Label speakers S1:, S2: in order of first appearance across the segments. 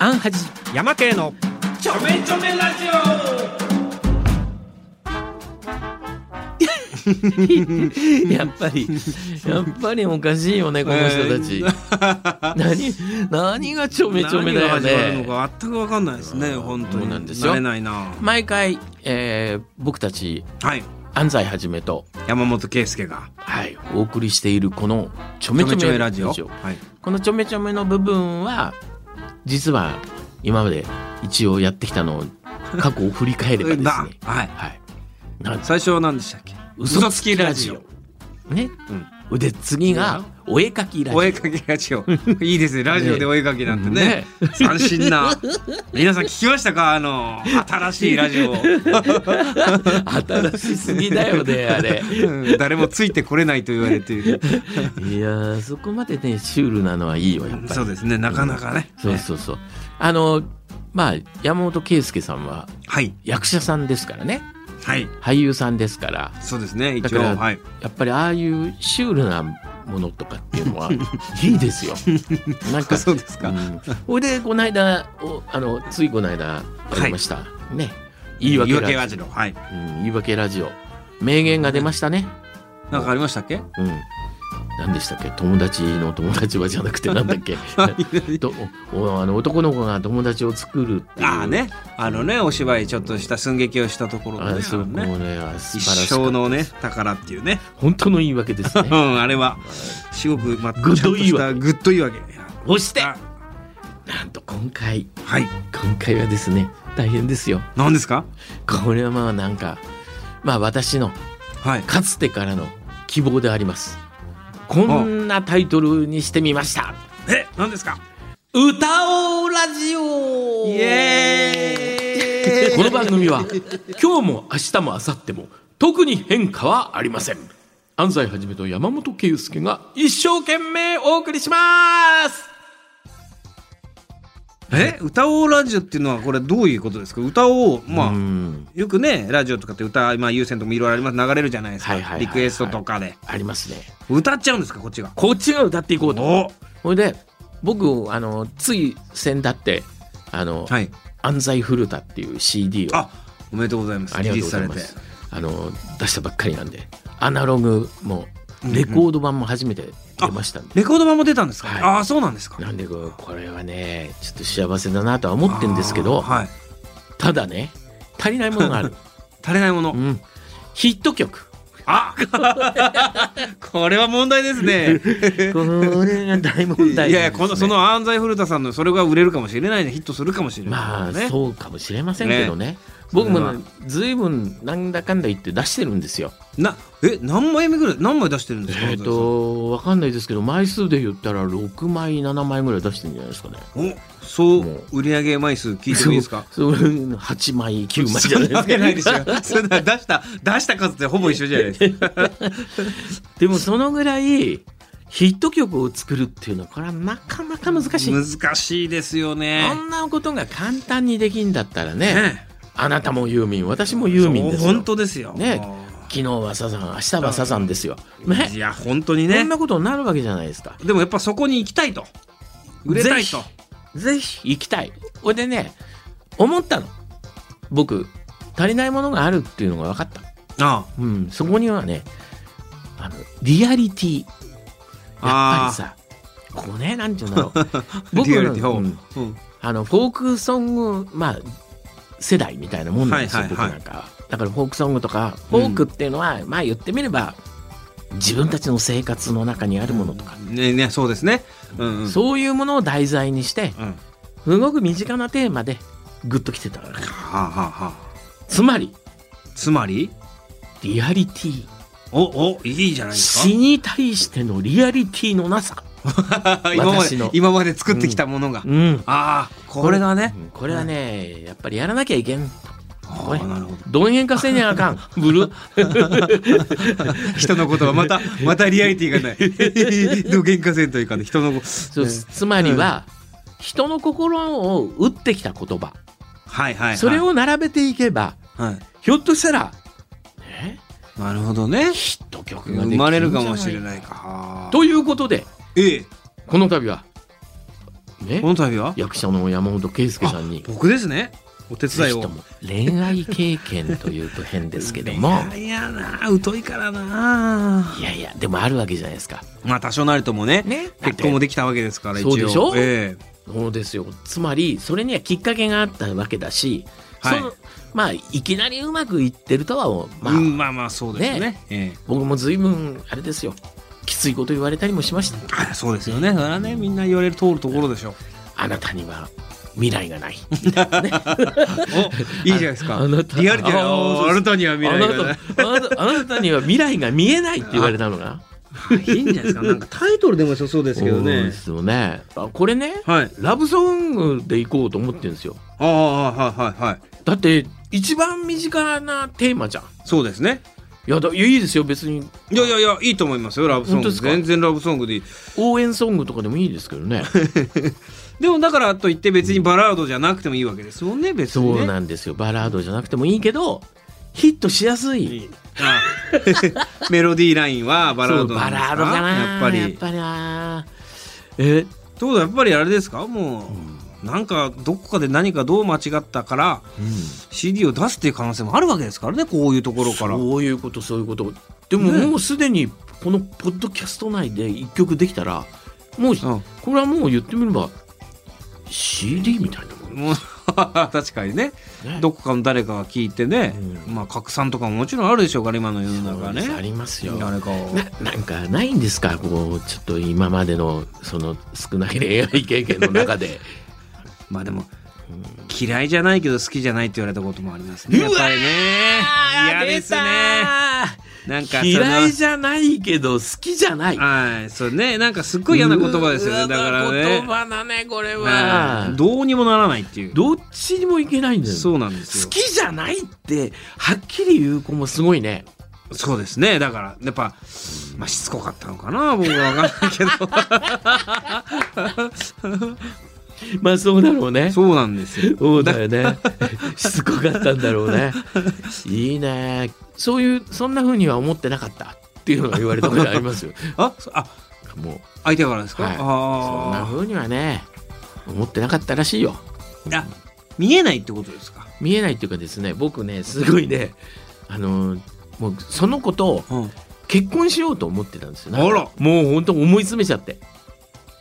S1: ア ンハジ
S2: 山系の
S3: ちょめちょめラジオ
S1: やっぱりやっぱりおかしいよねこの人たち、何何がちょめちょめだよ
S3: 何が始まる
S1: ね
S3: のか全く分かんないですね
S1: うん
S3: 本当
S1: そう
S3: に
S1: なんですよ
S3: 慣れないな
S1: 毎回、えー僕たち
S3: はい
S1: 安西はじめと、
S3: 山本圭介が
S1: はい、お送りしているこのちょ
S3: ち
S1: め
S3: ょめ
S1: ち
S3: ち
S1: ょ
S3: ょ
S1: め
S3: め
S1: ラ
S3: ラ
S1: ジ
S3: ジ
S1: オ
S3: オはい
S1: このちょめちょめの部分は実は今まで一応やってきたのを過去を振り返れば ですね
S3: だはい
S1: はいなん
S3: 最初は何でしたっけ嘘つきラジオ
S1: ね、うん、で次がお絵かきラジオ
S3: お絵かき ラジオいいですねラジオでお絵かきなんてね
S1: ね
S3: 斬新な皆さん聞きましたかあの新しいラジオ
S1: 新しすぎだよ ねあれ
S3: うん誰もついてこれないと言われてい
S1: い
S3: る
S1: やーそこまでねシュールなのはいいよやっぱり
S3: そうですねなかなかね
S1: そうそうそうあのまあ山本圭介さんは
S3: はい
S1: 役者さんですからね
S3: はい
S1: 俳優さんですから
S3: そうですね
S1: だ
S3: 一
S1: か
S3: 応
S1: ら
S3: はい
S1: やっぱりああいうシュールなものとかっていうの はいいですよなんか
S3: そうですか
S1: んほいでこの間おあのついこの間やりました、ね言い訳ラジオ
S3: ジオはい
S1: うん言い訳ラジオ名言が出ましたね
S3: なんかありましたっけ
S1: うん。何でしたっけ友達の友達はじゃな くてなんだっけとおあの男の子が友達を作るっていう
S3: ああね、あのね、お芝居ちょっとした寸劇をしたところ
S1: あ
S3: のね、あ
S1: そ
S3: の
S1: こも
S3: ね
S1: ねあ素
S3: 一
S1: 晴らし
S3: 生
S1: い
S3: のね、宝っていうね、
S1: 本当の言い訳です
S3: う
S1: ね
S3: ん、あれは、すごく、まあ、
S1: グッドいいわ
S3: ちゃんとしたグッドいいわけ。
S1: そして
S3: あ
S1: なんと今回
S3: はい、
S1: 今回はですね大変ですよ
S3: 何ですか
S1: これはまあなんかまあ私の
S3: はい。
S1: かつてからの希望でありますこんなタイトルにしてみました
S3: え、何ですか
S1: 歌おうラジオ
S3: イエーイ
S1: この番組は今日も明日も明後日も特に変化はありません安西はじめと山本圭介が一生懸命お送りします
S3: え、歌おうラジオっていうのは、これどういうことですか歌おう、まあ、
S1: うん
S3: よくね、ラジオとかって歌、今、優先とかもいろいろあります、流れるじゃないですか。
S1: はいはいはいはい
S3: リクエストとかで。
S1: ありますね
S3: 歌っちゃうんですか、こっちが。
S1: こっちが歌っていこうと
S3: お
S1: ほいで僕あのつい先だってあの、
S3: はい。
S1: 安西古田っていう CD を
S3: あ、おめでとうございます。
S1: あり
S3: リ
S1: が
S3: リ
S1: と
S3: ー
S1: うござ
S3: スさ
S1: い
S3: れ
S1: ま
S3: て。
S1: す。あの出したばっかりなんで、アナログもレコード版も初めて出ましたんで、
S3: レコード版も出たんですか、
S1: はい
S3: ああ、そうなんですか。
S1: なんでここれはね、ちょっと幸せだなとは思ってるんですけど、
S3: あーはい。
S1: ただね、足りないもの がある。
S3: 足りないもの。
S1: うん、ヒット曲。
S3: あ これは問題ですね。
S1: これが大問題、
S3: いやいや、このそ。の安西古田さんのそれが売れるかもしれないね、ヒットするかもしれない。
S1: まあ、
S3: ね。
S1: そうかもしれませんけどね。僕もねずいぶんなんだかんだ言って出してるんですよ。
S3: な、え、何枚目ぐらい、何枚出してるんですか。
S1: えっ、と、わかんないですけど、枚数で言ったら6枚、7枚ぐらい出してるんじゃないですかね。
S3: 安西さんお、そ
S1: も
S3: う、売り上げ枚数聞いてもいいですか。
S1: そうそういうの8枚9枚じ
S3: そ
S1: ゃ
S3: んな
S1: な
S3: わ
S1: いで
S3: け
S1: すか
S3: ないでしょ。そんな出した、出した数ってほぼ一緒じゃないですか。
S1: でもそのぐらいヒット曲を作るっていうのはこれはなかなか難しい、
S3: 難しいですよ
S1: あ
S3: ね。
S1: んなことが簡単にできんだったらね
S3: ね
S1: あなたもユーミン私もユーミンですよ
S3: 本当ですよ。
S1: ね
S3: も
S1: 昨日はサザン明日はサザンですよ、
S3: う
S1: ね
S3: いや、本当に
S1: こ
S3: ね
S1: ん。なことになるわけじゃないですか
S3: でも、やっぱそこに行きたいと。売れたいと。
S1: ぜひ行きたいほいでね思ったの僕足りないものがあるっていうのが分かった、
S3: あ
S1: うん、そこにはねあのリアリティやっぱりさこうねなんていうんだろう
S3: あ。
S1: 僕
S3: リアリティ
S1: の、
S3: を。
S1: う
S3: うんん
S1: あのフォークソング、まあ、世代みたいなもんなんですよ、
S3: はいはいはい
S1: 僕なんかはだからフォークソングとかフォークっていうのは、まあ言ってみれば自分たちの生活の中にあるものとか、
S3: ねねそうですね。うんうん。
S1: そういうものを題材にして
S3: うん。は
S1: すごく身近なテーマでグッときてたの
S3: あ、はあは
S1: つまり
S3: あ、つまり
S1: リアリティ
S3: おおいいじゃないです
S1: 死
S3: か。
S1: に対してのリアリティのなさ
S3: 今ま
S1: 私
S3: で
S1: の
S3: 今まで作ってきたものが、
S1: うん
S3: ああこれがね、
S1: うんこれはねやっぱりやらなきゃいけんこれ
S3: ああなるほど
S1: どんへんかせにゃあか んブル
S3: 人のことは またまたリアリティがない の喧嘩せんというかね人の
S1: そう
S3: ね
S1: つまりは、人の心を打ってきた言葉
S3: はいはい、はい、
S1: それを並べていけば
S3: はい
S1: ひょっとしたらね
S3: なるほどね
S1: ヒット曲ができ
S3: 生まれるかもしれ
S1: い
S3: ないか
S1: ということで
S3: ええ
S1: この度はね
S3: この度は
S1: 役者の山本圭介さんに
S3: 僕ですねお手
S1: ぜ
S3: 伝い
S1: ひ
S3: を
S1: とも恋愛経験というと変ですけど も
S3: いやな疎いからない
S1: やいやでもあるわけじゃないですか
S3: まあ多少なりともね
S1: ね
S3: 結婚もできたわけですから一応
S1: そうでしょ
S3: ええ
S1: そうですよつまりそれにはきっかけがあったわけだし、
S3: はい
S1: そのまあいきなりうまくいってるとはまあ、
S3: うんまあまあそうですね
S1: ね
S3: ええ
S1: 僕も随分あれですよきついこと言われたりもしました
S3: あそうですよねそれはねみんな言われる通るところ でしょ
S1: あなたには未来がない
S3: おいいじゃないですか
S1: あなた
S3: リアリティが
S1: あーそうそう
S3: あなたには未来
S1: あ
S3: がな
S1: ないたあなたあなたには未来が見えないって言われたのが
S3: いいんじゃないですかなんかタイトルでも良さそうですけど
S1: そう
S3: ね
S1: ですよねあこれね
S3: はい
S1: ラブソングでいこうと思ってるんですよ
S3: ああはいはいはい
S1: だって一番身近なテーマじゃん
S3: そうですね
S1: いやだいやいいですよ別に
S3: いやいやいやいいと思いますよラブソン
S1: 本当
S3: グ
S1: ですか
S3: 全然ラブソングでいい
S1: 応援ソングとかでもいいですけど ね
S3: でもだからといって別にバラードじゃなくてもいいわけですもんね別に
S1: そう
S3: ね
S1: なんですよバラードじゃなくてもいいけどヒットしやすい
S3: ああメロディーラインはバラード
S1: そう
S3: な
S1: バ
S3: ん
S1: ラ
S3: ですか
S1: ードかな
S3: やっぱり
S1: やっ
S3: って
S1: ぱりなえ
S3: ことはやっぱりあれですかもう、なんかどこかで何かどう間違ったから、CD を出すっていう可能性もあるわけですからねこういうところから
S1: そういうことそういうことでも
S3: ね
S1: もうすでにこのポッドキャスト内で一曲できたらもう、
S3: ん
S1: これはもう言ってみれば CD みたいなもん
S3: もう 確かにね
S1: ね
S3: どこかの誰かが聞いてね、
S1: う
S3: まあ拡散とかももちろんあるでしょうから今の世の中ね
S1: ありますよ
S3: 誰かを
S1: ななんかないんですかこうちょっと今までのその少ない恋愛経験の中 で
S3: まあでも嫌いじゃないけど好きじゃないって言われたこともありますねやっぱりね嫌ですねなんかその
S1: 嫌いじゃないけど好きじゃない
S3: はいそうねなんかすっごい嫌な言葉ですよねだから
S1: うわ
S3: ね
S1: 言葉だねこれ
S3: は
S1: はい
S3: どうにもならないっていう
S1: どっちにもいけないんだよ
S3: そうなんです
S1: 好
S3: よ
S1: きじゃないってはっきり言う子もすごいね
S3: そうですねだからやっぱ、まあ、しつこかったのかな 僕は分からないけど
S1: まあそうだろうね
S3: そうなんですよ
S1: そうだよね しつこかったんだろう ねいいねそういうそんな風には思ってなかったっていうのが言われたことありますよ
S3: あそあ
S1: もう
S3: 相手からですか、
S1: はいそんな
S3: あ
S1: 風にはね思ってなかったらしいよ
S3: ああ見えないってことですか、
S1: 見えないっていうかですね僕ねすごいねあのーもうその子と
S3: うん、
S1: 結婚しようと思ってたんですよ
S3: あら
S1: もう本当思い詰めちゃって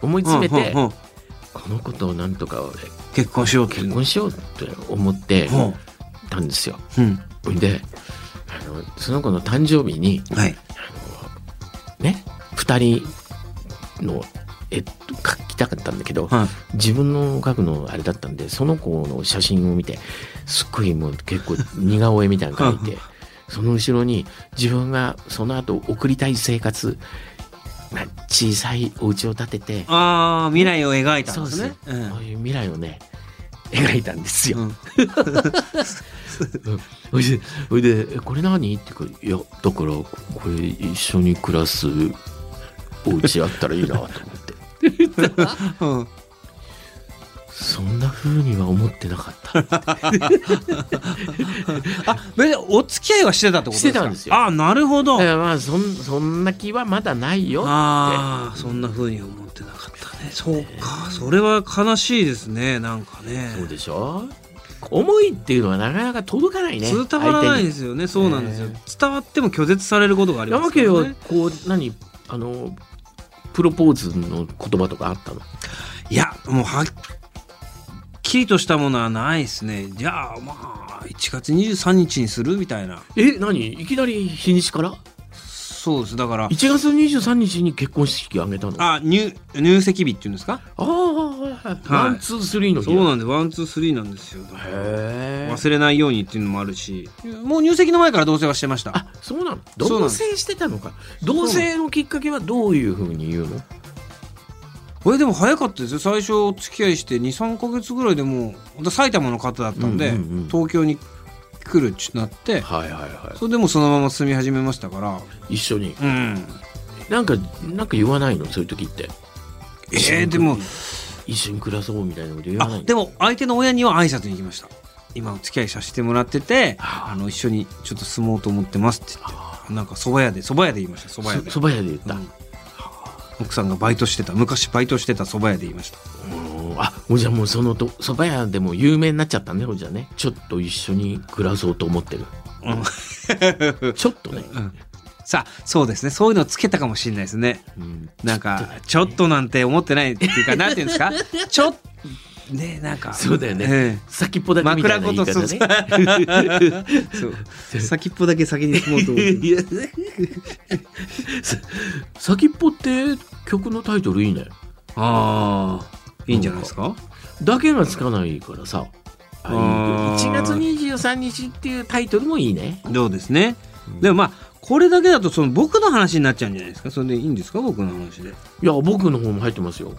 S1: 思い詰めて
S3: うんうんうん
S1: この子となんとか俺
S3: 結婚しようって
S1: 結婚しようって思って
S3: うん
S1: たんですよ
S3: うん
S1: であのその子の誕生日に
S3: はい
S1: ね2人の絵描きたかったんだけど
S3: はい
S1: 自分の描くのあれだったんでその子の写真を見てすっごいもう結構似顔絵みたいなの描いてその後ろに自分がその後送りたい生活な小さいお家を建てて
S3: ああ未来を描いた
S1: そ
S3: ん
S1: う
S3: で
S1: ですすね
S3: ね。う
S1: こういう未来をね描いたんですよ。
S3: んうん
S1: それでそれでえ「これ何?」って言うから「いやだからこれ一緒に暮らすお家あったらいいな」と思って
S3: うん
S1: そんな風には思ってなかった
S3: あ別にお付き合いはしてたってことですか
S1: してたんですよ
S3: ああなるほど
S1: だから まあそんそんな気はまだないよ
S3: ああそんな風に思ってなかったねそうかそれは悲しいですねなんかね
S1: そうでしょ思いっていうのはなかなか届かないね
S3: 伝わらない
S1: 相
S3: ですよねそうなんですよ
S1: ね
S3: 伝わっても拒絶されることがあ
S1: 手
S3: り
S1: にな
S3: ま
S1: わ
S3: すか
S1: け
S3: ら
S1: よ
S3: ね
S1: こう何あのプロポーズの言葉とかあったの
S3: いやもうはっきりとしたものはないですねじゃあまあ1月23日にするみたいな
S1: え何いきなり日にちから
S3: そうですだから
S1: 1月23日に結婚式挙げたの
S3: あ入入籍日っていうんですか
S1: ああ、ワンツースリーの日
S3: そうなんでワンツースリーなんですよ
S1: へえ。
S3: 忘れないようにっていうのもあるしもう入籍の前から同棲はしてました
S1: あ、そうなの。
S3: そうな
S1: 同
S3: の
S1: 棲してたのか。同棲のきっかけはどういうふうに言うの？
S3: えでも早かったですよ最初お付き合いして23か月ぐらいでもうだ埼玉の方だったんで、
S1: うんうんうん
S3: 東京に来るってなって
S1: はいはいは
S3: それでもうそのまま住み始めましたから
S1: い一緒に
S3: うん
S1: なんかなんか言わないのそういう時って
S3: えー、でも
S1: 一緒に暮らそうみたいなこと言わない
S3: あ
S1: の
S3: でも相手の親には挨拶に行きました今お付き合いさせてもらってて
S1: あ
S3: あの一緒にちょっと住もうと思ってますって言ってなんか蕎麦屋で蕎麦屋で言いました蕎麦屋で
S1: そば屋で言った、
S3: うん奥さんがバイトしてた昔バイトしてた蕎麦屋で言いました
S1: うんあもうじゃあもうそのとそば屋でも有名になっちゃったねほいじゃあねちょっと一緒に暮らそうと思ってる
S3: うん
S1: ちょっとね、
S3: さあそうですねそういうのつけたかもしれないですね
S1: うん
S3: なんかちょっとなんて思ってないっていうかなんていうんです かちょっねなんか
S1: そうだよね、
S3: え
S1: 先っぽだ
S3: え
S1: けみたい
S3: 枕
S1: な
S3: 言
S1: 言い
S3: とそ
S1: 方
S3: う
S1: ね
S3: そう先っぽだけ先に進もうと 思って
S1: いやさ先っぽって曲のタイトルいいね
S3: ああいいんじゃないですか
S1: だけがつかないからさあ
S3: あー
S1: 1月23日っていうタイトルもいいね
S3: どうですね、でもまあこれだけだとその僕の話になっちゃうんじゃないですかそれでいいんですか僕の話で
S1: いや僕の方も入ってますよ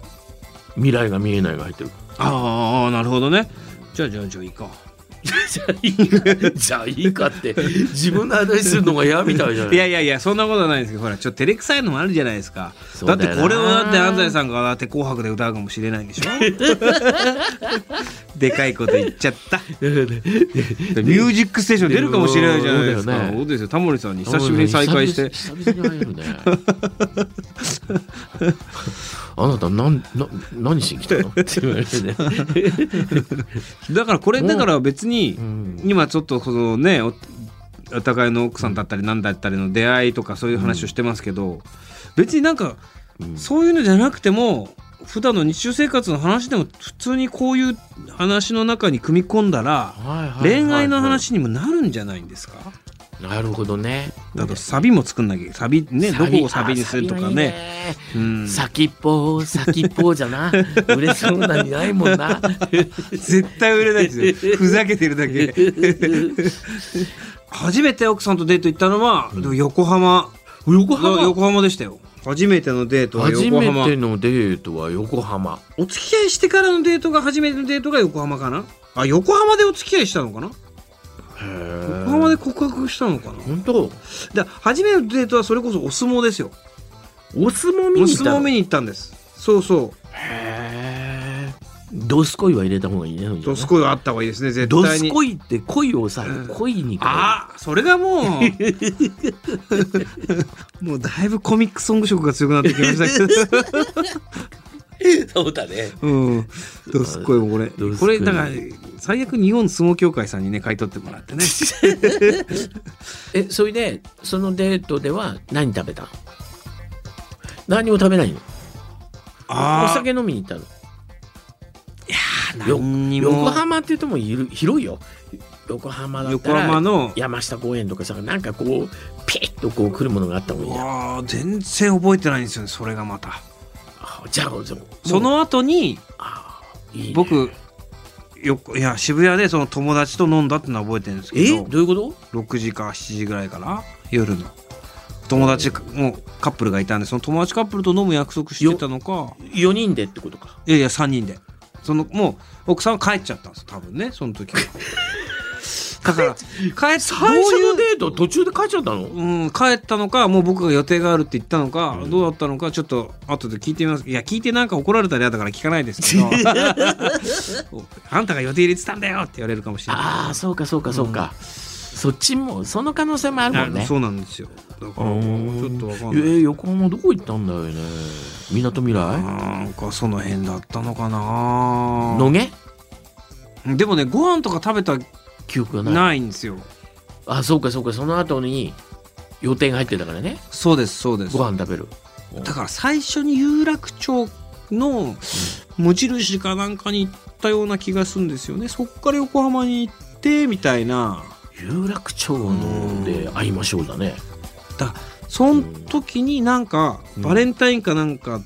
S1: 未来が見えないが入 ってる
S3: ああなるほどねじゃあじゃあじゃあいいか
S1: じゃあいいかじゃあいいかって自分の話するのが嫌みたいじゃない
S3: いやいやいやそんなことはないですけどほらちょっと照れくさいのもあるじゃないですか
S1: そ
S3: だ
S1: う
S3: っ
S1: だ
S3: て
S1: よな
S3: これはだって安 西さんがだって「紅白」で歌うかもしれないんでしょでかいこと言っちゃった「ミュージックステーション」出るかもしれないじゃないで
S1: そう
S3: すかそ
S1: だ
S3: う,、
S1: よね
S3: ですよタモリさんに久しぶりに再会して
S1: 久々に会えるねあなたなんな何しに来たのって言われてね、
S3: だからこれだから別に、
S1: うん
S3: 今ちょっとそのねおお互いの奥さんだったり何だったりの出会いとかそういう話をしてますけど、別になんか
S1: うん
S3: そういうのじゃなくても普段の日常生活の話でも普通にこういう話の中に組み込んだら
S1: はいはいはいはい
S3: 恋愛の話にもなるんじゃないんですか
S1: なるほどね
S3: だとサビも作んなきゃサビねどこをサビにするとか
S1: あサビがいい
S3: ねうん
S1: 先っぽ先っぽじゃ な売れそうなにないもんな
S3: 絶対売れないで すよふざけてるだけ初めて奥さんとデート行ったのは、でも横浜
S1: 横
S3: だ横浜でしたよ初めてのデートは
S1: 初
S3: 横
S1: め
S3: 浜
S1: てのデートは横浜
S3: お付き合いしてからのデートが初めてのデートが横浜かなあ横浜でお付き合いしたのかな
S1: へ
S3: 横浜
S1: え
S3: で告白したのかな
S1: 本当
S3: だ初めてのデートはそれこそお相撲ですよ
S1: お相撲見
S3: お
S1: に行った
S3: 相撲
S1: の
S3: 見に行ったんですそうそ
S1: へえドスコイは入れた方がいいね
S3: うドスコイはあった方がいいですね絶
S1: ド
S3: 対
S1: ス
S3: に
S1: コイって恋をさ
S3: うん
S1: 恋に変える
S3: あそれがもう もうだいぶコミックソング色が強くなってきました けど
S1: そうだね。
S3: うん、どすっこいもこれ
S1: どすっこい
S3: これだから最悪日本相撲協会さんにね買い取ってもら ってね
S1: え、それで、そのデートでは何食べたの何も食べないのお酒飲みに行ったのよ
S3: 何にも
S1: 横浜って言ってもいる広いよ。横浜だった
S3: 横浜
S1: ら
S3: の
S1: 山下公園とかさ、なんかこう、ピッとこう来るものがあった方がいいじゃん。
S3: あー全然覚えてないんですよねそれがまた
S1: あじゃあ、じゃあ
S3: そ、
S1: もう
S3: の後に
S1: あいいね
S3: 僕よいや渋谷でその友達と飲んだってのは覚えてるんですけ
S1: えど
S3: ど
S1: ういうこと
S3: 6時か7時ぐらいかな夜の友達もうカップルがいたんでその友達カップルと飲む約束してたのか
S1: ?4 人でってことか。
S3: いやいや3人でそのもう奥さんは帰っちゃったんです多分ねその時はだから帰っ
S1: 最初
S3: どうい
S1: の
S3: う
S1: デート途中で帰っちゃったの
S3: うん、帰ったのかもう僕が予定があるって言ったのか、どうだったのかちょっと後で聞いてみますいや聞いてなんか怒られたら嫌だから聞かないですけどあんたが予定入れてたんだよって言われるかもしれない
S1: ああ、そうかそうかそうか。そっちも、その可能性もあるもん
S3: あ
S1: ね。
S3: そうなんですよだからもうちょっとわか
S1: え
S3: んない
S1: ー横浜どこ行ったんだよねみなとみら
S3: なんかその辺だったのか
S1: い
S3: な
S1: のげ
S3: でもねご飯とか食べた
S1: 記憶がない
S3: ないんですよ
S1: あそうかそうかその後に予定が入ってたからね
S3: そうですそうです
S1: ご飯食べる
S3: だから最初に有楽町の無印かなんかに行ったような気がするんですよねそっから横浜に行ってみたいな
S1: 有楽町ので会いましょうだね
S3: だその時になんか
S1: うん
S3: バレンタインかなんか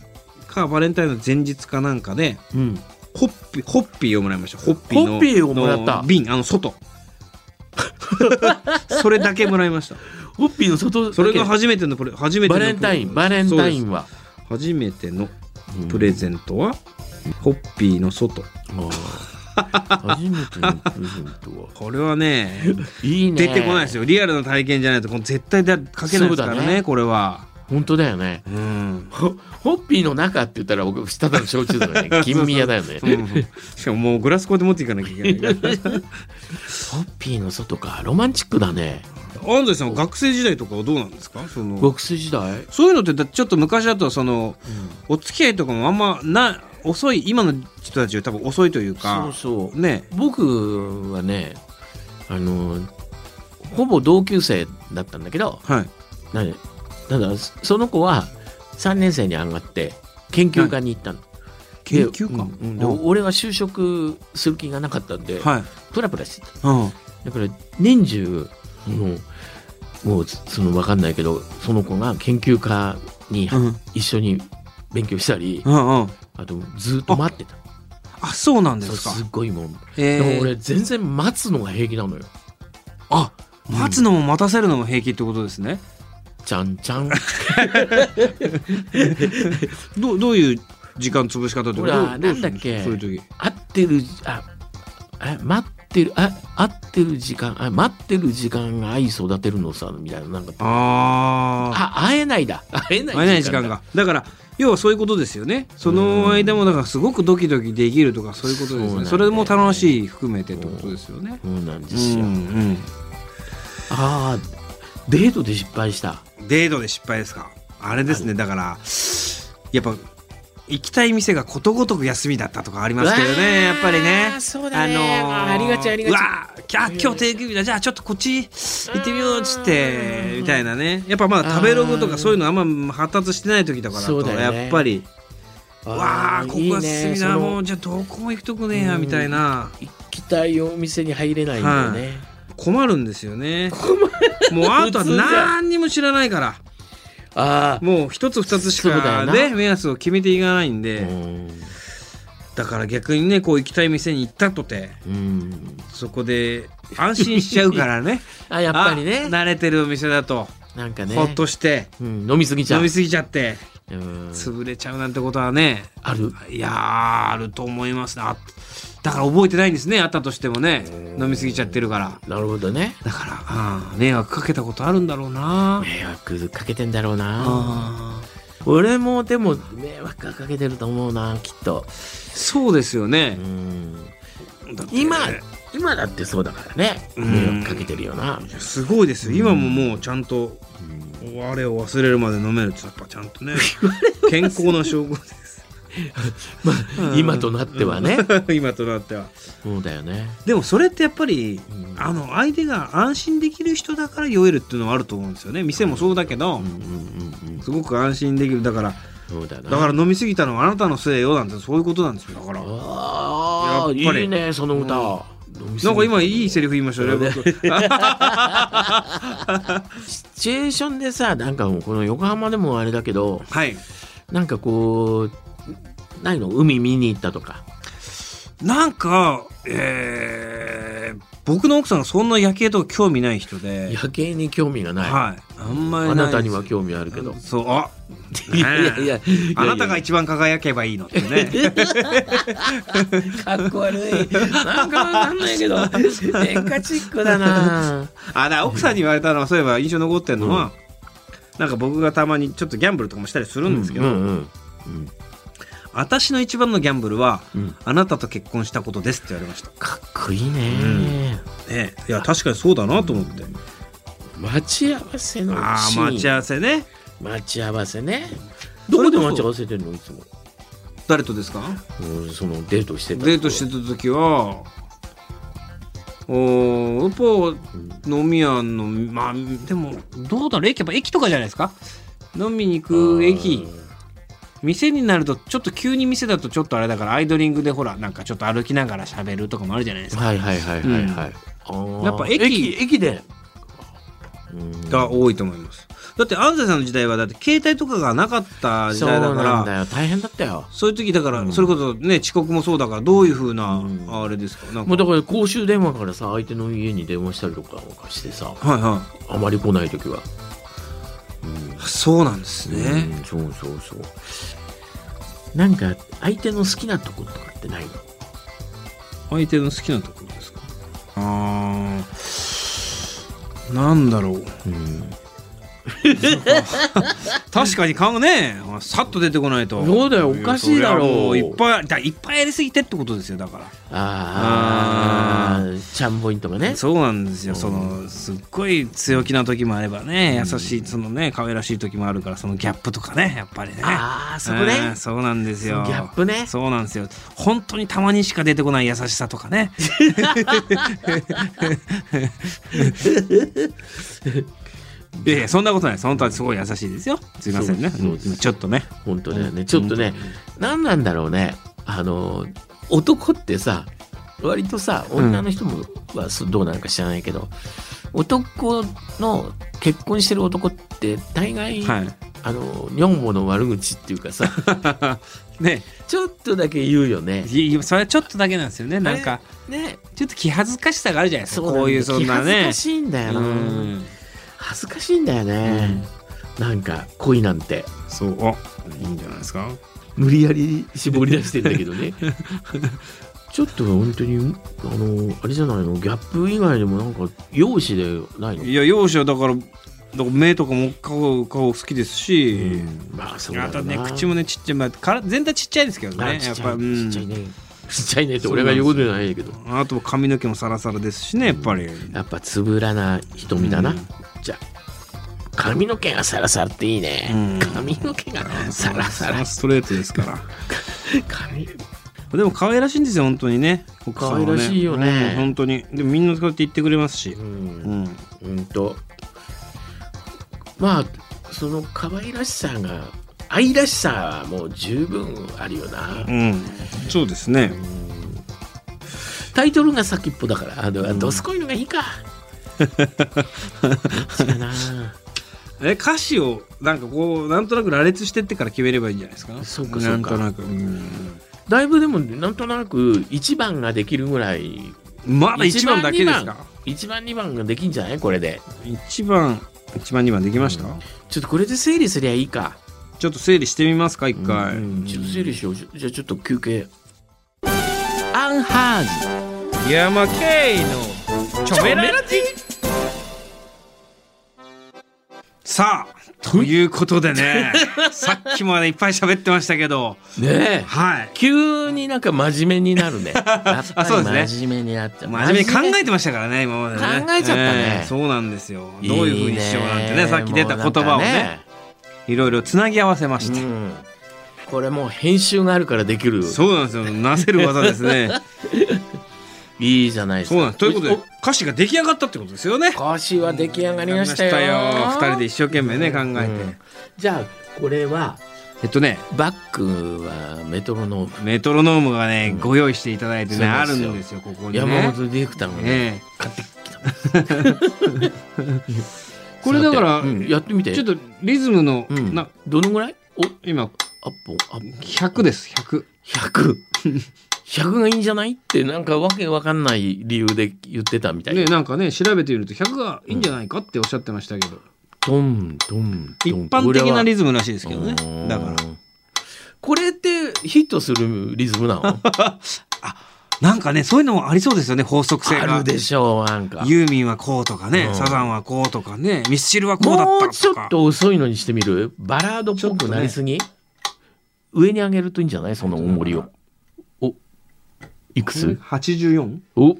S3: かバレンタインの前日かなんかで
S1: うん
S3: ホッピーホッピーをもらいましたホッピーの
S1: ホッピーをもらった
S3: の瓶あの 外それだけもらいました
S1: ホッピーの外だけ
S3: それが初めてのこれ初めて
S1: バ
S3: の
S1: レンタインバレンタインは
S3: 初めての
S1: うん
S3: プレゼントはホッピーの外
S1: あー初めてのプレゼン トは
S3: これはね
S1: いいね
S3: 出てこないですよリアルな体験じゃないとこの絶対だ書けないですから
S1: そうだ
S3: ね
S1: ね
S3: これは
S1: 本当だよね
S3: うん
S1: ホホッピーの中って言ったら僕ただの焼酎だ よね金宮だよね
S3: うんしかももうグラスこうやって持っていかなきゃいけない
S1: ホッピーの外かロマンチックだね
S3: 安西さんは学生時代とかはどうなんですかその
S1: 学生時代
S3: そういうのってだちょっと昔だとそのお付き合いとかもあんまな遅い今の人たちは多分遅いという
S1: そ
S3: か
S1: うそう
S3: ね
S1: 僕はねあのほぼ同級生だったんだけど
S3: はい
S1: なただその子は3年生に上がって研究科に行ったの。
S3: 研究
S1: で,
S3: 家
S1: うん、うんで俺は就職する気がなかったんで、
S3: はい
S1: プラプラしてた
S3: うん
S1: だから年中もうもうその分かんないけどその子が研究科に
S3: うん
S1: 一緒に勉強したり、
S3: うんうん
S1: あとずっと待ってた
S3: あそうなんで
S1: そう
S3: すか
S1: すっごいもん、
S3: え
S1: でも
S3: ー、
S1: 俺全然待つのが平気なのよ
S3: あ待つのも待たせるのも平気ってことですね
S1: ちゃんちゃん
S3: どうどういう時間潰し方とか
S1: ほら
S3: どうどうする
S1: なんだっけ
S3: そういう時
S1: 合ってるああ待ってるあ合ってる時間あ待ってる時間が愛育てるのさみたいななんか
S3: ああ
S1: あ会えないだ 会えない
S3: 会えない時間
S1: だ
S3: がだから要はそういうことですよねその間もだからすごくドキドキできるとかそういうことで
S1: そうな
S3: す
S1: ん
S3: ね
S1: だよ
S3: それも楽しい含めてってことですよね
S1: そうなんで
S3: う
S1: すよ、
S3: ん
S1: ああデートで失敗した
S3: うんデートで失敗ですかあれですねだからやっぱ行きたい店がことごとく休みだったとかありますけど
S1: うわー
S3: ねやっぱりね
S1: そうだねありがちありがち
S3: うわーあ今日定休日だじゃあちょっとこっち行ってみようっつって
S1: うん
S3: みたいなねやっぱまだ食べログと
S1: う
S3: か
S1: ん
S3: そういうのあんま発達してない時だから
S1: そうだよね
S3: やっぱりわあ
S1: ー
S3: ここが進み
S1: そ
S3: だ
S1: の
S3: もうじゃあどこも行くとこねえや
S1: うん
S3: みたいな
S1: 行きたいお店に入れないんだよね、
S3: 困るんですよねもうあとは何にも知らないから
S1: ああ
S3: もう一つ二つし
S1: そうだ
S3: か
S1: よな
S3: ね目安を決めていかないんでだから逆にねこう行きたい店に行ったとて
S1: うん
S3: そこで安心しちゃうからね
S1: あ やっぱりね
S3: あ慣れてるお店だと
S1: なんかね
S3: ほっとして
S1: うん、飲みすぎちゃ
S3: 飲
S1: う
S3: みすぎちゃって
S1: うん
S3: 潰れちゃうなんてことはね
S1: ある
S3: いやーあると思いますねあだから覚えてないんですねあったとしてもね飲みすぎちゃってるから
S1: なるほどね
S3: だからあー迷惑かけたことあるんだろうな
S1: 迷惑かけてんだろうな
S3: あー
S1: 俺もでも迷惑はかけてると思うなきっと
S3: そうですよね
S1: うん
S3: だって
S1: 今今だってそうだからね
S3: うん
S1: 迷惑かけてるよな
S3: すごいですよ今ももうちゃんと我を忘れるまで飲めるってやっぱちゃん とね健康な証拠です
S1: ま
S3: う
S1: あ
S3: ん
S1: 今となってはね
S3: 今となっては
S1: そうだよね
S3: でもそれってやっぱり、
S1: うん
S3: あの相手が安心できる人だから酔えるっていうのはあると思うんですよね店もそうだけど、
S1: うんうんうんうん
S3: すごく安心できるだから
S1: そうだな
S3: だから飲み過ぎたのはあなたのせいよなんてそういうことなんですよだからなん
S1: ああ
S3: やっぱり
S1: いいねその歌、飲みすぎて
S3: か今いいセリフ言いましたね僕
S1: シチュエーションでさなんかもうこの横浜でもあれだけど
S3: はい
S1: なんかこうないの海見に行ったとか
S3: なんかえー、僕の奥さんがそんな夜景とか興味ない人で
S1: 夜景に興味がない、
S3: はいあんまり
S1: あ
S3: いです
S1: なたには興味あるけど
S3: そうあ
S1: いやいやいや
S3: あなたが
S1: い
S3: 一番輝けばいいのってね
S1: やかっこ悪いなんかわかんないけどデカチックだな
S3: あだから奥さんに言われたのはそういえば印象残ってるのは、なんか僕がたまにちょっとギャンブルとかもしたりするんですけど、
S1: うんうんうん
S3: 私の一番のギャンブルは
S1: うん
S3: あなたと結婚したことですって言われました、
S1: かっこいいね、
S3: ね、いや確かにそうだなと思って、
S1: 待ち合わせの
S3: ああ
S1: シーン
S3: 待ち合わせね
S1: 待ち合わせねどこで待ち合わせてるのいつも
S3: 誰とですか
S1: うんそのデートしてた
S3: デートしてた時はおーやっぱ飲み屋のまあでもどうだろう駅やっぱ駅とかじゃないですか飲みに行く駅店になるとちょっと急に店だとちょっとあれだからアイドリングでほらなんかちょっと歩きながら喋るとかもあるじゃないですか
S1: はいはいはいはいはい、あー
S3: やっぱ駅
S1: 駅駅で、うん
S3: が多いと思いますだって安西さんの時代はだって携帯とかがなかった時
S1: そう
S3: 代だか
S1: なん
S3: ら
S1: だよ大変だったよ
S3: そういう時だか
S1: う
S3: ら
S1: ん
S3: それこそね遅刻もそうだからどういうふうな
S1: うん
S3: あれですかなん
S1: もう
S3: か
S1: だから公衆電話からさ相手の家に電話したりとかしてさ
S3: はいは
S1: あまり来ない時は、うん
S3: いそうなんですね
S1: うんそうそうそうなんか相手の好きなとことかってないの
S3: 相手の好きなところですかあーなんだろう
S1: うん
S3: 確かに顔がねさっと出てこないと
S1: そうだよおかしいだろう
S3: そりゃもいっぱいだいっぱいやりすぎてってことですよだから
S1: あ
S3: あ
S1: ーあーチャンポイントがね
S3: そうなんですよ
S1: うん
S3: そのすっごい強気な時もあればね優しいそのね可愛らしい時もあるからそのギャップとかねやっぱりね
S1: ああそこ
S3: う
S1: ね
S3: んそうなんですよ
S1: そのギャップね
S3: そうなんですよ本当にたまにしか出てこない優しさと かねいやいやそんなことない本当はすごい優しいですよすいませんね
S1: そうそうです
S3: うんちょっとね
S1: 本当だよねちょっとね何なんだろうねあの男ってさ割とさ
S3: ん
S1: 女の人もはそうどうなのか知らないけど、男の結婚してる男って大概、
S3: は
S1: あの女房の悪口っていうか さ
S3: い ね
S1: ちょっとだけ言うよね。
S3: いやそれはちょっとだけなんですよねなん
S1: あ
S3: か
S1: ね
S3: ちょっと気恥ずかしさがあるじゃないですか
S1: なんだ
S3: こういうそんな
S1: 気
S3: ね
S1: 恥ずかしいんだよな、
S3: うん
S1: 恥ずかしいんだよね、なんか恋なんて
S3: そうあいいんじゃないですか
S1: 無理やり絞り出してんだけどね ちょっと本当にあのあれじゃないのギャップ以外でもなんか容姿でないの
S3: いや容姿はだからだから目とかも顔顔好きですし、
S1: うんまあそうだ
S3: あ
S1: よな
S3: とね口もねちっちゃい、まあ、から全体ちっちゃいですけど
S1: まあ
S3: ね
S1: ち
S3: や
S1: っ
S3: っ
S1: ちゃ
S3: ぱ
S1: い、
S3: う
S1: ちっ
S3: ん
S1: ちゃいねちっちゃいねって俺が言うことじゃないんだけど
S3: あと髪の毛もサラサラですしねやっぱり、
S1: やっぱつぶらな瞳だな、
S3: うん
S1: じゃあ髪の毛がサラサラっていいね、
S3: うん
S1: 髪の毛がサラサラ
S3: ストレートですから
S1: 髪
S3: でも可愛らしいんですよ本当にね奥様はね
S1: 可愛らしいよね
S3: うん本当にでもみんなそうやって言ってくれますし
S1: う、
S3: うんん
S1: うんとまあその可愛らしさが愛らしさはもう十分あるよな、
S3: うんそうですね
S1: タイトルが先っぽだからあの、
S3: うん
S1: どすこいのがいいか違うな
S3: え歌詞をなんかこうなんとなく羅列してってから決めればいいんじゃないですか
S1: そうかそうか
S3: なんとなく、うん
S1: だいぶでもなんとなく1番ができるぐらい
S3: まだ一番だけですか
S1: 1番2番ができんじゃないこれで
S3: 一番一番二番できました、
S1: うんちょっとこれで整理すりゃいいか
S3: ちょっと整理してみますか一回、
S1: うんちょっと整理しようじゃあちょっと休憩アンハージ
S3: 山系のチョメラジさあということ でねさっきまでいっぱい喋ってましたけど
S1: ねえ
S3: はい
S1: 急になんか真面目になる ねやっぱ
S3: あそうですね
S1: り真面目になって
S3: 真面目に考え
S1: て
S3: てましたからね今までね
S1: 考えちゃったね
S3: えーそうなんですよどういうふうにしようなんてねさっき出た言葉をねいろいろつなぎ合わせました、
S1: うん、これもう編集があるからできる
S3: そうなんですよなせる技で すね
S1: いいじゃないですか
S3: そうなんですということで
S1: お
S3: 歌詞が出来上がったってことですよね
S1: 歌詞は出来上がりましたよ
S3: 二人で一生懸命ね考えて、
S1: うんじゃあこれは
S3: えっとね
S1: バックはメトロノーム
S3: メトロノームがね、ご用意していただいてねあ
S1: そ
S3: る
S1: うですよ
S3: んですよここにね。
S1: 山本ディレクターがね
S3: ええ
S1: 買ってきた
S3: これだから、
S1: うんやってみて
S3: ちょっとリズムの、
S1: うん
S3: な
S1: どのぐらいお
S3: 今
S1: アップアップ
S3: 100です100。
S1: 100 100がいいんじゃないってなんかわけわかんない理由で言ってたみたい
S3: ね
S1: な、
S3: なんかね調べてみると100がいいんじゃないかっておっしゃってましたけど、
S1: トントントン
S3: 一般的なリ
S1: ズ
S3: ズムらしいですけどねだから
S1: これってヒットするリズムな の
S3: なんかねそういうのもありそうですよね法則性が
S1: あるでしょうなんか
S3: ユーミンはこうとかね、
S1: うん
S3: サザンはこうとかねミスチルはこうだ
S1: も
S3: った
S1: うちょ
S3: とか
S1: っと遅いのにしてみるバラードっぽくなりすぎ、上に上げるといいんじゃないその重りをおいくつ
S3: 84?
S1: お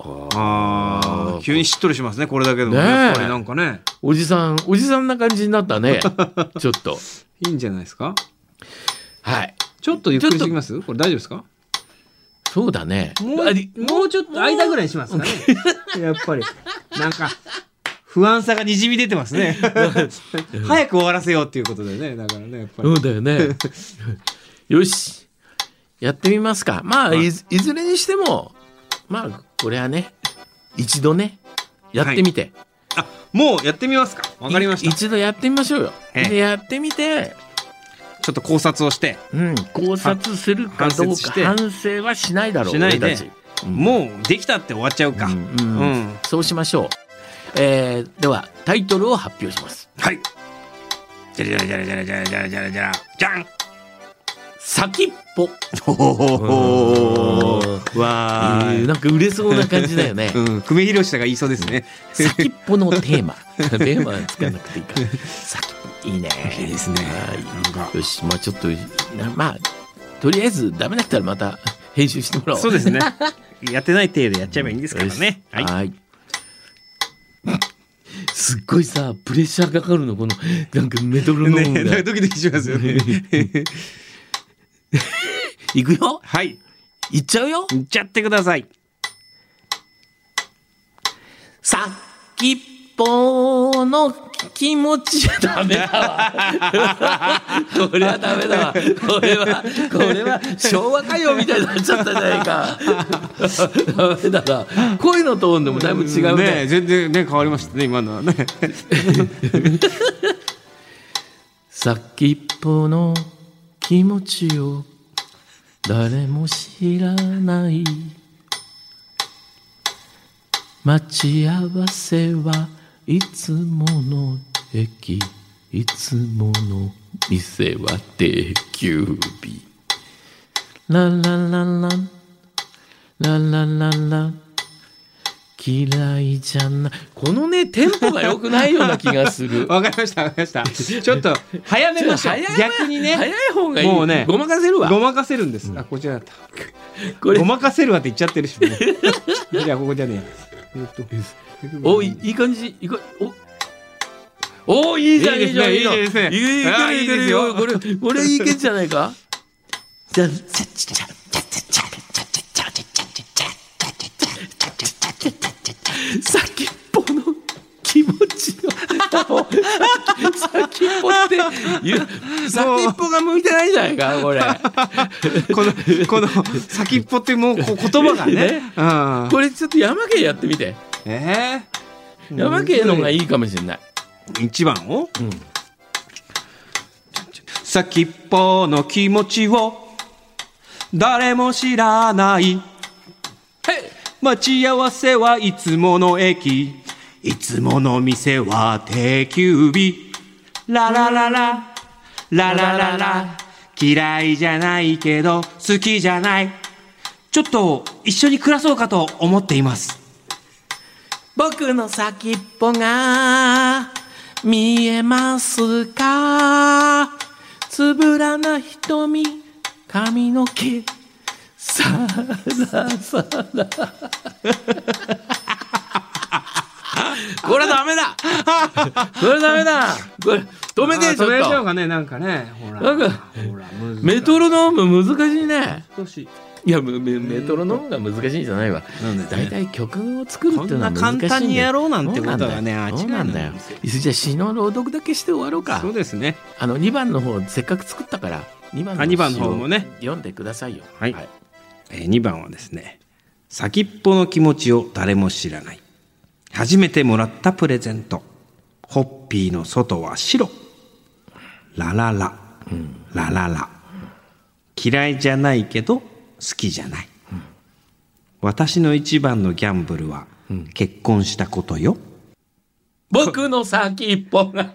S3: あー急にしっとりしますねこれだけでも、ね、
S1: ねえ
S3: やっぱりなんかね
S1: おじさんおじさんな感じになったね ちょっと
S3: いいんじゃないですか
S1: はい
S3: ちょっとゆっくりしてきますこれ大丈夫ですか
S1: そうだね
S3: もう
S1: あり
S3: もうちょっと間ぐらいにしますかね。やっぱり。なんか、不安さがにじみ出てます ね。早く終わらせようっていうことでね。だからね、やっぱり
S1: そ。うだよね。 よし。やってみますか。まあ、いずいずれにしても、まあ、これはね、一度ね、やってみて。
S3: あ、もうやってみますか。わかりまし
S1: い
S3: た。ち
S1: 一度やってみましょうよ。
S3: ええ
S1: で、やってみて、
S3: ょっと考察をして、
S1: うん、考察するかどう
S3: 反省
S1: か
S3: して
S1: 反省はしないだろう、
S3: しないで
S1: 俺たち。うん
S3: もうできたって終わっちゃうか。
S1: う
S3: うんん。
S1: うんそうしましょう。えーでは、タイトルを発表します。
S3: はい。じゃらじゃらじゃらじゃらじゃらじゃらじゃらじゃらじゃん
S1: 先っぽ。
S3: おおわ
S1: う
S3: ー
S1: ん
S3: い
S1: なんか売れそうな感じだよね。
S3: うん久米宏さんが言いそうですね
S1: 先っぽのテー マ。テーマはつかなくていいから。先っぽ。いいね。
S3: いいですね
S1: は
S3: なんか
S1: いよし、まあちょっと、なまあ、とりあえずダメだったらまた編集してもらおう。
S3: そうで すねやってない程度やっちゃえばいいんですから
S1: よし
S3: ねはい
S1: はい。すっごいさ、プレッシャーかかるの、この、なんかメトロノー
S3: ね
S1: ム
S3: なん
S1: が。
S3: かドキドキします よね
S1: いくよ
S3: はい
S1: いっちゃうよ
S3: いっちゃってください
S1: 先っぽの気持ちダメだ わ。これはダメだわ。これは、これは昭和歌謡みたいになっちゃったじゃないか。ダメだな。声のトーンでもだいぶ違うね。
S3: 全然ね変わりましたね今の はね
S1: 先っぽの気持ちを誰も知らない待ち合わせはいつもの駅いつもの店は定休日ララララララララ嫌いじゃないこのねテンポが良くないような気がする
S3: わかりましたわかりましたちょっと早めましょう
S1: 早い
S3: 逆にね
S1: 早い方がいい。
S3: もうね
S1: ごまかせるわ。
S3: ごまかせるんですあこちらだった
S1: これ
S3: ご、まかせるわって言っちゃってるし、 ね、じゃあここじゃねええっと
S1: おい、いい感じ。いいかおおいいじゃん、
S3: い
S1: い
S3: い
S1: い
S3: です
S1: じゃん、
S3: ね
S1: いいじゃん。
S3: いいですね
S1: いい
S3: あー
S1: いけるいける
S3: いい
S1: これ、これいけんじゃないかじゃあ、先っぽの気持ちの。先っぽって言う、先っぽが向いてないんじゃないかこれ。
S3: このこの先っぽってもうこう言葉がね
S1: ね
S3: うん
S1: これちょっと山県やってみて。
S3: ええ
S1: 山県の方がいいかもしれない。
S3: 一番を、
S1: ん
S3: 先っぽの気持ちを誰も知らない
S1: はい。
S3: 待ち合わせはいつもの駅いつもの店は定休日ララララララララ嫌いじゃないけど好きじゃないちょっと一緒に暮らそうかと思っています
S1: 僕の先っぽが見えますかつぶらな瞳髪の毛さらさら これダメだ これダメだこれ止めてちょっと
S3: かねなんかねほら
S1: なんか
S3: ほら難しい
S1: メトロノーム難しいね
S3: 少し
S1: いやメメトロノームが難しいんじゃないわ
S3: なんだよね
S1: 大体曲を作るっていうのは難しいんだよ
S3: こんな簡単にやろうなんてことはね
S1: そうなんだよ
S3: あ違うんですよ
S1: じゃあ詩の朗読だけして終わろうか
S3: そうですね
S1: あの2番の方せっかく作ったから2番
S3: あ二番の
S1: 詩を
S3: 方もね
S1: 読んでくださいよ
S3: はいえー2番はですね先っぽの気持ちを誰も知らない初めてもらったプレゼントホッピーの外は白ラララ、ラララ嫌いじゃないけど好きじゃない、私の一番のギャンブルは結婚したことよ、
S1: 僕の先っぽが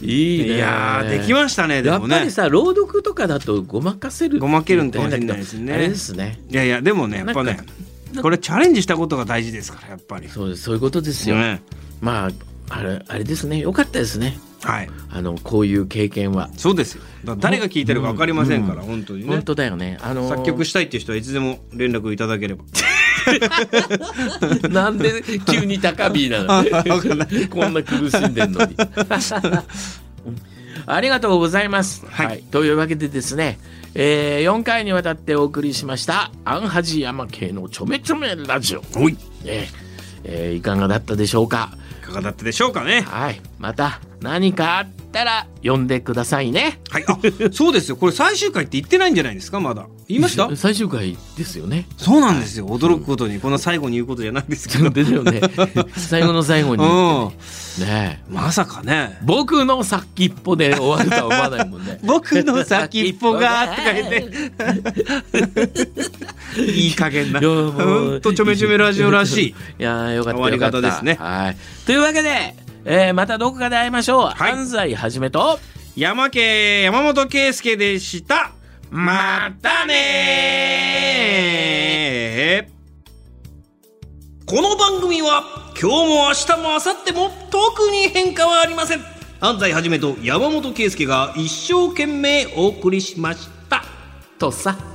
S1: いいね
S3: いやーできましたねで
S1: や
S3: も
S1: っ
S3: ね
S1: ぱりさ朗読とかだとごまかせる
S3: ごまけるのかもしれないですね
S1: あれですね
S3: いやいやでもねやっぱ
S1: な
S3: ね
S1: んか
S3: これチャレンジしたことが大事ですからやっぱり
S1: そうですそういうことですよ、
S3: ね
S1: まああれあれですね良かったですね
S3: はい
S1: あのこういう経験は、
S3: そうですよだから誰が聞いてるか分かりませんから、本当にね
S1: 本当だよねあのー
S3: 作曲したいっていう人はいつでも連絡いただければ
S1: なんで急に高火なのこんな苦しんでんの にありがとうございます、
S3: はい
S1: というわけでですね、え4回にわたってお送りしました「アンハジヤマ系のちょめちょめラジオ
S3: おい」
S1: ねえーいかがだったでしょうか
S3: いかがだったでしょうかね
S1: はいまた何かあったら呼んでくださいね
S3: はい、あそうですよこれ最終回って言ってないんじゃないですかまだ言いま した
S1: 最終回ですよね
S3: そうなんですよ驚くことにこんな最後に言うことじゃないですけど、
S1: ですよね 最後の最後に
S3: うん、
S1: ねえ
S3: まさかね
S1: 僕の先っぽで終わるとは思わないもんね
S3: 僕の先っぽがーって書いて いい加減ない
S1: やもう
S3: ほんとちょめちょめラジオらしい
S1: いやーよかった
S3: 終わり方
S1: よかった
S3: ですね
S1: はいというわけで、えーまたどこかで会いましょう、
S3: はい
S1: 安西はじめと
S3: 山家山本圭介でしたまたねこの番組は今日も明日も明後日も特に変化はありません安西はじめと山本圭介が一生懸命お送りしました
S1: とさ